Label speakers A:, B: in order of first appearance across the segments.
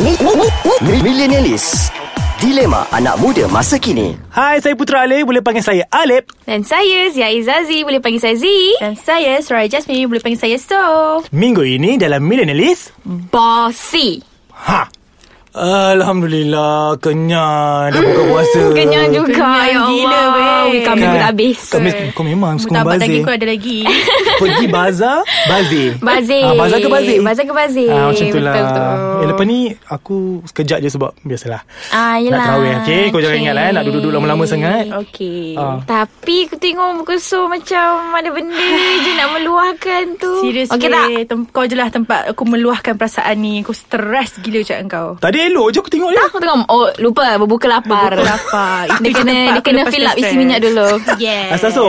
A: Mi- mi- mi- Millenialis Dilema anak muda masa kini
B: Hai, saya Putra Alif. Boleh panggil saya Alif.
C: Dan saya Zia Izazi Boleh panggil saya Z Dan saya Soraya Jasmine Boleh panggil saya So
B: Minggu ini dalam Millennialist.
C: Bossy
B: Ha! Alhamdulillah, kenyang. Dah buka puasa.
C: Kenyang juga
D: Kenyang
C: ya
D: gila,
C: Allah
D: weh.
C: Kami pun tak habis
B: Kami, kau memang suka
D: Mutabat lagi
B: membazir.
D: kau ada lagi
B: Pergi bazar, bazir.
C: Bazir.
B: Ah, bazar ke bazir?
C: Bazar ke bazir.
B: Ah, macam tu lah.
C: Betul, betul.
B: Eh, lepas ni, aku sekejap je sebab biasalah.
C: Ah,
B: Nak
C: yelah.
B: terawih, okay? Kau jangan
C: Okey.
B: ingat lah, eh, nak duduk-duduk lama-lama sangat.
D: Okay
B: Ah.
C: Tapi aku tengok muka So macam ada benda je nak meluahkan tu.
D: Serius
C: Okey
D: okay,
C: tak?
D: Tem- Kau je lah tempat Aku meluahkan perasaan ni Aku stres gila cakap kau
B: Tadi elok je aku tengok dia.
C: Tak, aku tengok. Oh, lupa. Berbuka lapar.
D: Berbuka lapar. Itu
C: dia
D: je
C: kena,
D: tempat
C: dia
D: aku
C: kena
D: lepas
C: fill up isi
D: stres.
C: minyak dulu.
D: Yes
B: Asal so?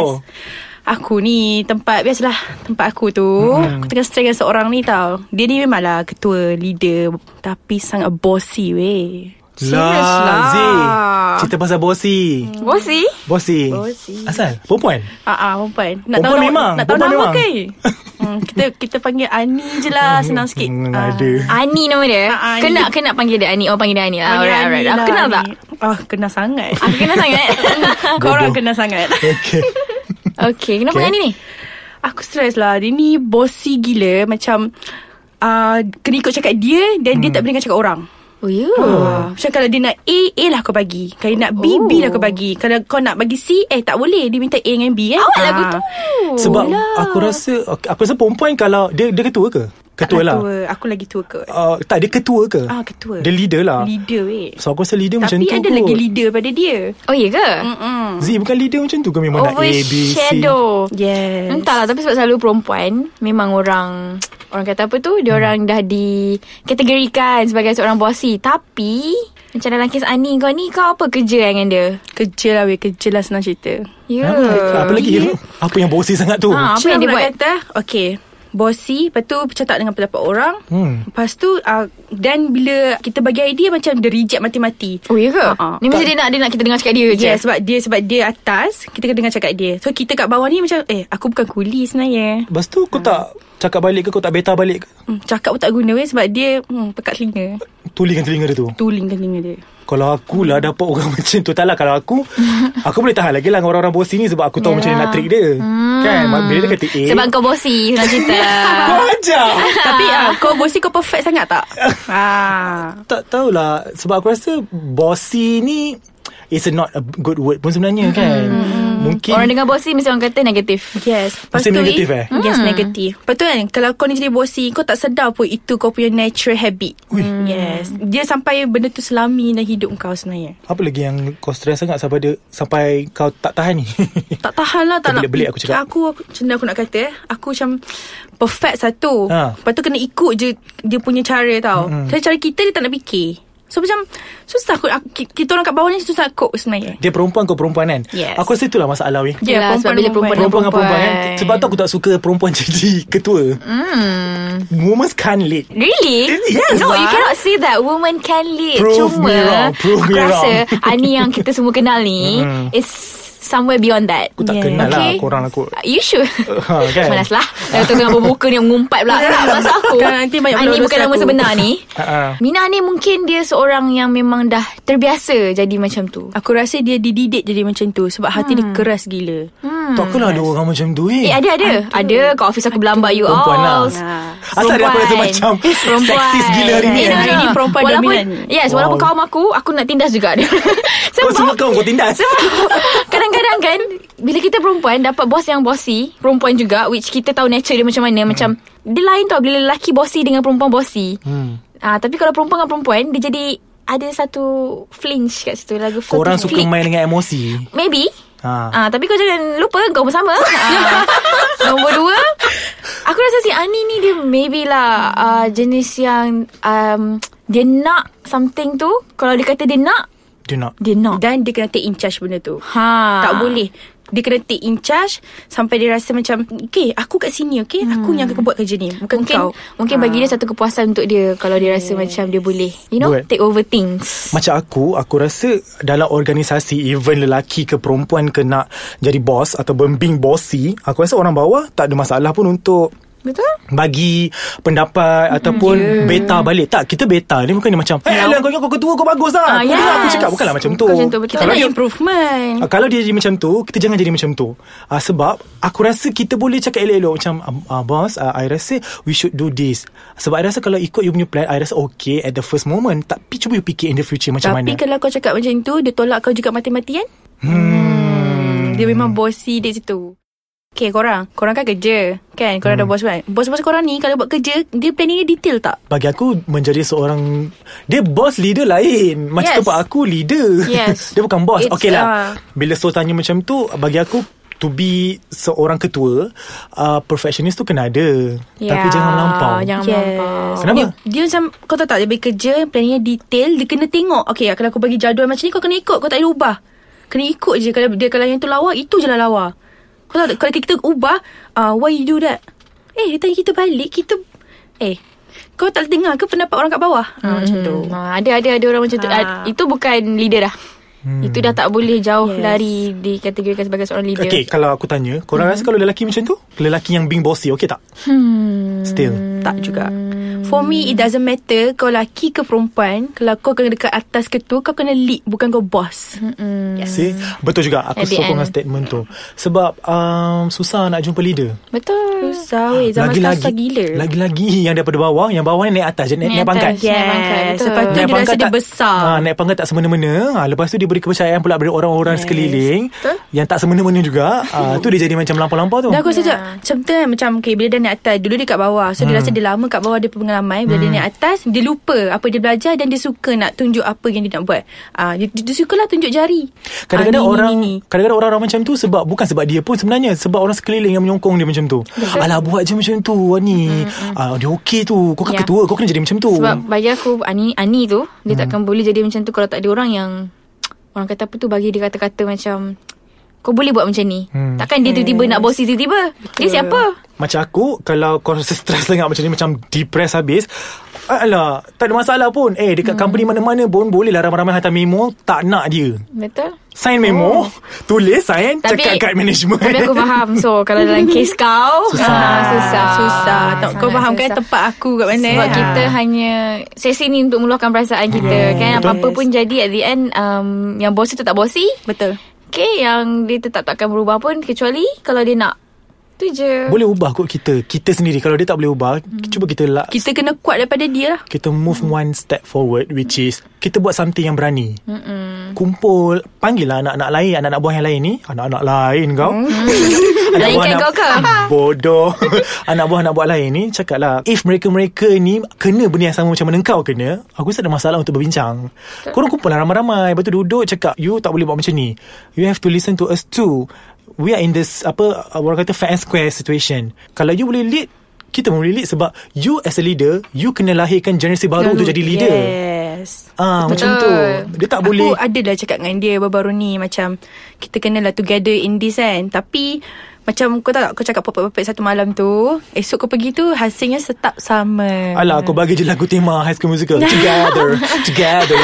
D: Aku ni tempat Biasalah tempat aku tu
B: Hmm.
D: Aku tengah stres dengan seorang ni tau Dia ni memanglah ketua leader Tapi sangat bossy weh Serius lah.
B: Zee. Cerita pasal bosi.
C: Bosi?
B: Bosi.
D: Bosi.
B: Asal? Perempuan?
D: Ah, ah perempuan.
B: Perempuan memang.
D: Nak tahu
B: Perempuan
D: nama
B: memang.
D: ke? hmm, kita kita panggil Ani je lah senang sikit.
B: Hmm,
D: Ah.
B: ada.
C: Ani nama dia?
D: Ah, Ani.
C: Kena, kena panggil dia Ani. Oh, panggil dia Ani. Lah.
D: Panggil
C: alright,
D: Ani
C: alright. Aku
D: lah,
C: kenal
D: Ani.
C: tak?
D: Ah, kena sangat.
C: Aku kenal sangat.
D: Korang
B: Bodoh.
D: kena sangat.
B: Okay.
C: Okey, kenapa
B: Okay.
C: okay. Ani ni?
D: Aku stres lah. Dia ni bossy gila macam uh, kena ikut cakap dia
B: Hmm.
D: dan dia tak boleh dengar cakap orang.
C: Oh, you.
D: Ah, Macam kalau dia nak A A lah kau bagi Kalau dia nak B
C: Oh.
D: B lah kau bagi Kalau kau nak bagi C Eh tak boleh Dia minta A dengan B kan
C: Awak lah aku
D: Ah.
C: tu.
B: Sebab aku rasa aku rasa perempuan kalau dia dia ketua ke?
D: Tak
B: Ketua lah.
D: ketua. Aku lagi tua ke
B: Uh, tak dia ketua ke?
D: Ah ketua
B: Dia leader lah.
D: Leader weh
B: So aku rasa leader macam
D: Tapi
B: tu.
D: ada
B: kot.
D: lagi leader pada dia
C: Oh, iya ke?
B: Z
D: Mm-mm.
B: bukan leader macam tu ke memang nak A B C.
C: Overshadow.
D: Yes
C: Entahlah tapi sebab selalu perempuan memang orang orang kata apa tu
B: Hmm.
C: dia orang dah dikategorikan sebagai seorang bosi tapi macam dalam kes Ani kau ni kau apa kerja dengan dia?
D: Kerja lah weh Kerja lah senang cerita
C: Ya.
B: Ha, apa lagi? Apa yang bosi sangat tu?
C: Ha. Apa
D: Macam
C: yang dia
D: aku nak
C: buat?
D: kata Okay Bossy Lepas tu bercakap dengan pendapat orang
B: Hmm.
D: Lepas tu uh, Dan bila kita bagi idea Macam dia reject mati-mati
C: Oh ya ke?
D: Ha, ha.
C: Ni mesti dia nak dia nak kita dengar cakap dia je.
D: Yeah, sebab dia sebab dia atas Kita kena dengar cakap dia So kita kat bawah ni macam Eh aku bukan kuli sebenarnya
B: Lepas tu kau tak cakap balik ke kau tak beta balik ke?
D: hmm, Cakap pun tak guna weh Sebab dia hmm, pekat telinga
B: Tulikan telinga dia tu.
D: Tuling telinga dia
B: Kalau akulah dapat orang macam tu Tak lah kalau aku Aku boleh tahan lagi lah Dengan orang-orang bosi ni Sebab aku tahu macam mana nak trick dia hmm. Kan Bila dia kata A
C: Sebab kau bosi senang cerita.
B: Kau ajar
D: Tapi ah, kau bosi kau perfect sangat tak? ah.
B: Tak tahulah Sebab aku rasa Bossy ni It's a not a good word pun sebenarnya kan Mungkin
C: Orang dengar bosi mesti orang kata negatif.
D: Yes Lepas
B: Mesti
D: tu
B: negatif,
D: i-
B: eh?
D: Yes negatif Lepas tu kan Kalau kau ni jadi bosi Kau tak sedar pun Itu kau punya natural habit Hmm.
B: Ui.
D: Yes Dia sampai benda tu selami Dalam hidup kau sebenarnya
B: Apa lagi yang kau stress sangat Sampai dia Sampai kau tak tahan ni
D: Tak tahan lah tak nak-
B: Terbelit-belit aku cakap.
D: Aku aku- Macam mana aku nak kata eh Aku macam Perfect satu
B: Ha. Hmm.
D: Lepas tu kena ikut je Dia punya cara tau
B: Mm-mm.
D: Tapi cara kita Dia tak nak fikir So macam Susah aku, aku ki- Kita orang kat bawah ni Susah aku sebenarnya
B: Dia perempuan kau perempuan kan
D: Yes.
B: Aku rasa itulah masalah weh
D: Ya,
C: Yelah, sebab
D: perempuan
C: bila
D: dengan
C: perempuan,
B: Perempuan dengan
C: dengan
B: perempuan kan Sebab tu aku tak suka perempuan jadi ketua
C: Hmm.
B: Women can't lead
C: Really?
B: Yes.
C: No, you
B: Why?
C: cannot say that woman can lead.
B: Prove
C: Cuma,
B: me wrong. Prove
C: aku
B: me
C: rasa
B: wrong.
C: Ani yang kita semua kenal ni
B: Mm.
C: is somewhere beyond that.
B: Aku tak
D: Yeah.
B: kenal lah
C: Okay.
B: Korang aku
C: You sure?
B: Ha, kan?
C: Malas lah Lepas tu dengan bermuka ni Mengumpat pula Tak masuk aku
D: Kan nanti banyak
C: Ani
D: berdosa
C: bukan nama
D: aku.
C: sebenar ni
B: Ha-ha.
C: Mina ni mungkin dia seorang yang memang dah terbiasa jadi macam tu
D: Aku rasa dia dididik jadi macam tu Sebab hati dia keras gila
B: Hmm. Takkanlah ada orang macam tu eh.
C: Hmm. Eh ada ada Ada kat office aku belambak you
B: Perempuan lah.
C: all
D: Nah.
B: Asal dia aku rasa
C: Perempuan.
B: macam
C: Perempuan.
B: seksis gila hari ni.
C: Eh, no, no,
D: Hari ni
C: no.
D: perempuan
C: walaupun,
D: dominan.
C: Yes,
B: Wow.
C: walaupun kaum aku, aku nak tindas juga dia.
B: Kau semua kau kau tindas.
C: Kadang-kadang kan Bila kita perempuan Dapat bos yang bossy Perempuan juga Which kita tahu nature dia macam mana Macam Dia lain tau Bila lelaki bossy Dengan perempuan bossy
B: Hmm.
C: ah, Tapi kalau perempuan dengan perempuan Dia jadi Ada satu Flinch kat situ Lagu satu
B: Korang suka
C: flick.
B: main dengan emosi.
C: Maybe
B: Ha.
C: Ah, tapi kau jangan lupa kau pun sama. Ah. Nombor dua, aku rasa si Ani ni dia maybe lah ah, jenis yang um, dia nak something tu. Kalau dia kata dia nak,
B: Do not.
C: dia nak.
D: Dan dia kena take in charge benda tu
C: Ha.
D: Tak boleh Dia kena take in charge Sampai dia rasa macam Okay aku kat sini okay Aku yang akan buat kerja ni Bukan
C: Mungkin
D: kau Ah.
C: mungkin bagi dia satu kepuasan untuk dia kalau dia rasa macam dia boleh. You know,
B: Buat.
C: take over things.
B: Macam aku, aku rasa dalam organisasi even lelaki ke perempuan ke nak jadi bos atau bimbing bosi, aku rasa orang bawah tak ada masalah pun untuk
C: Betul?
B: bagi
C: Hmm,
B: pendapat ataupun yeah.
C: ya.
B: beta balik. Tak, kita beta ni bukan macam, "Eh, hey, Alan kau ingat kau ketua kau bagus lah.
C: Ah,
B: kau dengar aku
C: yes.
B: cakap bukanlah macam tu."
C: Bukan macam tu, betul.
D: Kita
B: Kalau
D: nak
B: dia
D: improvement
B: Ah, kalau dia jadi macam tu Kita jangan jadi macam tu ah, Sebab Aku rasa kita boleh cakap elok-elok Macam ah, Boss ah, I rasa We should do this Sebab I rasa kalau ikut You punya plan I rasa okay At the first moment Tapi cuba you fikir In the future macam mana
D: Tapi kalau kau cakap macam tu Dia tolak kau juga mati-matian hmm. Dia memang bossy dekat situ Okay korang Korang kan kerja Kan korang hmm. ada bos kan Bos-bos korang ni Kalau buat kerja Dia planning dia detail tak
B: Bagi aku Menjadi seorang Dia boss leader lain Macam
D: Yes.
B: tempat aku leader
C: Yes.
B: Dia bukan boss
D: It's,
B: Okay
D: uh,
B: lah Bila so tanya macam tu Bagi aku To be seorang ketua uh, Perfectionist tu kena ada Tapi
C: Ya,
B: jangan melampau
C: Jangan
D: Yes.
C: melampau.
B: Kenapa?
D: Dia, dia macam Kau tahu tak Dia bagi kerja Planningnya detail Dia kena tengok Okay kalau aku bagi jadual macam ni Kau kena ikut Kau tak boleh ubah Kena ikut je Kalau dia kalau yang tu lawa Itu je lah lawa Kau tahu tak Kalau kita ubah uh, Why you do that Eh dia tanya kita balik Kita Eh Kau tak dengar ke pendapat orang kat bawah hmm. Macam tu
C: Ha, ada ada ada orang macam tu.
D: Ha.
C: Ha. Itu bukan leader dah. Hmm. Itu dah tak boleh jauh
D: Yes.
C: yes. dari dikategorikan sebagai seorang leader.
B: Okay, kalau aku tanya, korang mm-hmm. rasa kalau lelaki macam tu? Lelaki yang being bossy, okay tak? Hmm. Still.
D: Tak juga For me it doesn't matter Kau laki ke perempuan Kalau kau kena dekat atas ketua Kau kena lead Bukan kau boss
B: Yes. See? Betul juga, aku
C: At the
B: sokong
C: end.
B: dengan statement tu. Sebab um, susah nak jumpa leader.
C: Betul.
D: Susah weh eh, Zaman sekarang susah gila
B: Lagi-lagi yang daripada bawah, yang bawah ni naik atas je, naik, naik
C: Naik
B: pangkat.
C: atas. Naik pangkat,
D: Yes
C: betul.
D: Lepas tu
C: Naik
D: ya. dia rasa dia besar
B: Ha, naik pangkat tak semena-mena ha, Lepas tu dia beri kepercayaan pula Dari orang-orang yes. sekeliling
C: Betul.
B: Yang tak semena-mena juga ha, Tu dia jadi macam lampau-lampau tu
D: Dah aku rasa yeah. Macam tu kan Macam okay, bila dia naik atas Dulu dia kat bawah So
B: Hmm.
D: dia rasa dia lama kat bawah Dia pengalaman Bila dia naik atas Dia lupa Apa dia belajar Dan dia suka nak tunjuk Apa yang dia nak buat Ah, dia, dia, dia sukalah tunjuk jari
B: Kadang-kadang
D: Ah, ni,
B: orang
D: ni, ni, ni.
B: Kadang-kadang orang ramai macam tu Sebab bukan sebab dia pun sebenarnya Sebab orang sekeliling yang menyokong dia macam tu Alah buat je macam tu Wah ni ah, Dia okey tu Kau kan
C: Ya.
B: ketua Kau kena jadi macam tu
C: Sebab bagi aku Ani Ani tu dia
B: Hmm.
C: takkan boleh jadi macam tu kalau tak ada orang yang orang kata apa tu bagi dia kata-kata macam kau boleh buat macam ni. Hmm. Takkan dia tiba-tiba nak bosi tiba-tiba. Dia siapa?
B: Macam aku Kalau kau rasa stres sangat macam ni Macam depressed habis Alah Tak ada masalah pun Eh dekat
C: Mm.
B: company mana-mana pun Boleh lah ramai-ramai hantar memo Tak nak dia
C: Betul?
B: Sign memo Tulis sign
C: Oh. Tapi-
B: Cakap kat management
C: Tapi aku faham. So kalau dalam kes kau
B: Susah.
C: ah, susah.
D: Susah tak, Kau
C: Sangat
D: faham kan
C: susah.
D: tempat aku kat mana
C: Sebab
D: Ah.
C: kita hanya Sesi ni untuk meluahkan perasaan kita
B: Yes.
C: Kan
B: Betul.
C: apa-apa pun jadi At the end um, Yang bosi tetap bosi
D: Betul
C: Okay Yang dia tetap takkan berubah pun Kecuali Kalau dia nak Tu je
B: Boleh ubah kot kita Kita sendiri Kalau dia tak boleh ubah
C: Mm.
B: Cuba kita lah
D: Kita kena kuat daripada dia lah
B: kita move
C: Hmm.
B: one step forward which is kita buat something yang berani. Mm-mm. Kumpul, panggil lah anak-anak lain, anak-anak buah yang lain ni, anak-anak lain kau. anak Ah,
C: Lainkan Mm. kan kau ke?
B: bodoh. anak buah anak buah lain ni cakaplah if mereka-mereka ni kena benda yang sama macam mana kau kena, aku rasa ada masalah untuk berbincang. Korang kumpul lah ramai-ramai, lepas tu duduk cakap you tak boleh buat macam ni. You have to listen to us too. We are in this apa orang kata fair and square situation. Kalau you boleh lead kita boleh lead sebab you as a leader you kena lahirkan generasi baru untuk jadi leader.
D: Yes
B: Ah macam tu. Dia tak
D: aku
B: boleh
D: Aku adalah cakap dengan dia baru-baru ni Macam Kita kenalah together in this kan Tapi Macam kau tahu tak Kau cakap popek-popek satu malam tu Esok kau pergi tu Hasilnya tetap sama
B: Alah aku bagi je lagu tema High School Musical Together Together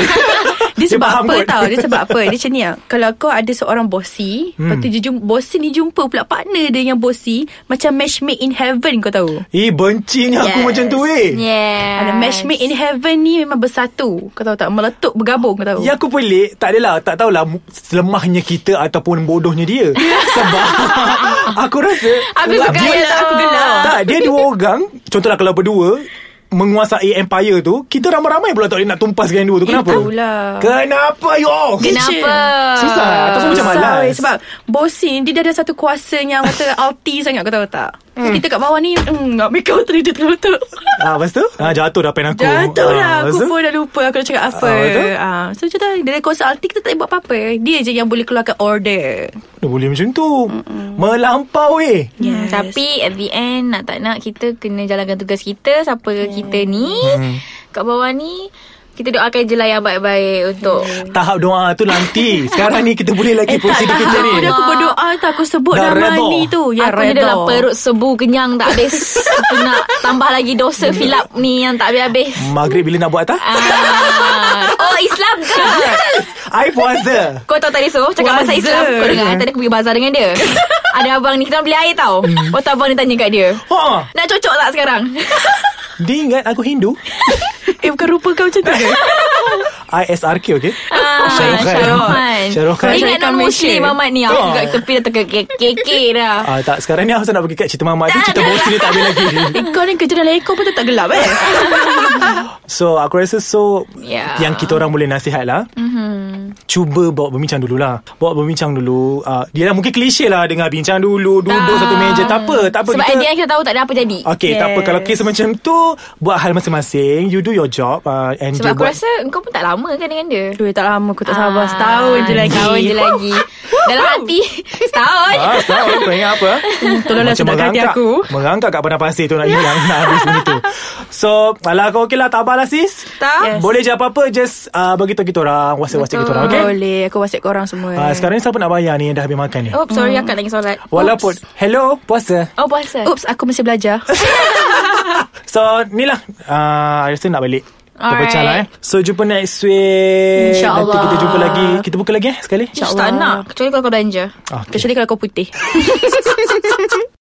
D: Dia sebab
B: faham
D: apa
B: kot.
D: tau Dia sebab apa Dia macam ni lah Kalau kau ada seorang bossy hmm. Lepas tu dia jumpa, bossy ni jumpa pula Partner dia yang bossy Macam match made in heaven kau tahu
B: Eh bencinya aku
D: Yes.
B: macam tu eh
C: Yes
D: Ada match made in heaven ni Memang bersatu Kau tahu tak Meletup bergabung kau tahu
B: Ya aku pelik Tak adalah Tak tahulah mu- Lemahnya kita Ataupun bodohnya dia Sebab Aku rasa
C: Aku
B: dia-
C: suka yang tu.
B: Tak dia dua orang Contohlah kalau berdua Menguasai empire tu Kita ramai-ramai pula Tak boleh nak tumpaskan yang dua tu Kenapa?
D: Eh, tahulah.
B: Kenapa you all?
C: Kenapa?
B: Susah Ataupun Ah, macam
D: Susah
B: malas
D: weh, Sebab bosin Dia dah ada satu kuasa Yang kata alti sangat Kau tahu tak
B: Hmm.
D: mm. Kita kat bawah ni mm, Nak make out tadi Dia terletak
B: ah, Lepas tu ah, Jatuh dah pen aku
D: Jatuh
B: Ah,
D: lah
B: lepas
D: Aku
B: tu?
D: pun dah lupa Aku dah cakap apa
B: Ah, betul.
D: ah, So macam tu Dia ada kuasa alti Kita tak boleh buat apa-apa Dia je yang boleh keluarkan order
B: Dia boleh macam tu Mm-mm. Melampau eh. weh
C: Yes. Tapi at the end Nak tak nak Kita kena jalankan tugas kita Siapa kita ni
B: Hmm.
C: Kat bawah ni Kita doakan je lah yang baik-baik Untuk
B: Tahap doa tu nanti Sekarang ni kita boleh lagi Prosedur
D: Eh, tak
B: kita ni
D: tahu dah aku berdoa tak Aku sebut
B: Dah
D: nama
B: redha.
D: Ali tu Ya
C: Aku ni
D: redha.
C: dah lah perut sebu Kenyang tak habis Aku nak tambah lagi dosa filap ni Yang tak habis-habis
B: Maghrib bila nak buat tak?
C: ah. Oh Islam ke?
B: I puasa
C: Kau tahu tadi so Cakap bahasa
D: Puasa.
C: Islam Kau dengar Tadi aku pergi bazar dengan dia ada abang ni Kita orang beli air tau
B: Hmm.
C: Lepas tu abang ni tanya kat dia
B: Ha.
C: Nak cocok tak sekarang?
B: Dia ingat aku Hindu.
D: Eh bukan rupa kau macam tu ke?
B: ISRK okay?
C: Ah,
B: Syarohan.
C: Syarohan.
B: Syarohan.
C: Dia ingat non-Muslim
D: Malaysia.
C: Mamat ni Aku
B: Ah.
C: kat tepi dah terkekek dah
B: Ah tak sekarang ni aku nak pergi kat cerita mamak tu
C: Tak,
B: cerita
C: tak.
B: bosi dia tak boleh lagi.
D: Eh kau ni kerja dalam ekor pun tak gelap eh
B: So aku rasa so
C: Ya. Mhm.
B: yang kita orang boleh nasihat lah. Mm-hmm. Cuba bawa berbincang dululah. Bawa berbincang dulu. Uh, dia lah mungkin klise lah dengar bincang dulu duduk
C: Tak.
B: satu meja tak apa tak apa
C: Ah. Sebab
B: kita Ah,
C: kita... dia kita tahu tak ada apa jadi
B: Okay, yes. tak apa. Kalau kes macam tu, buat hal masing-masing. You do your job. Uh, and
C: Sebab
B: dia
C: aku
B: buat...
C: rasa Engkau pun tak lama kan dengan dia Ah.
D: Duh tak lama aku tak sabar Setahun je lagi
C: Setahun je lagi Dalam hati Setahun
B: Ah, tahu. Kau ingat apa?
D: Hmm, Tolonglah
B: Macam
D: sedapkan hati
B: merangkak-
D: aku.
B: Merangkak kat padang pasir tu nak hilang. nak habis begitu. So, alah kau okey lah. Tabah lah sis.
D: Tak. Yes.
B: Boleh je apa-apa, just uh, bagi tahu kita orang. Whatsapp-whatsapp kita orang, okay?
D: Boleh Aku whatsapp korang semua
B: Uh, sekarang ni siapa nak bayar ni yang dah habis makan ni?
D: Oh,
C: Oops sorry akak lagi solat
B: Walaupun, hello, puasa.
C: Oh puasa
D: Oops aku masih belajar
B: So, ni lah. Uh, I rasa nak balik.
C: Alright.
B: Terpecah lah eh. So, jumpa next week.
D: InsyaAllah.
B: Nanti kita jumpa lagi. Kita buka lagi eh, sekali. Ah,
C: Ups, Tak nak Kecuali kalau kau belanja
B: Okay.
D: Kecuali kalau kau putih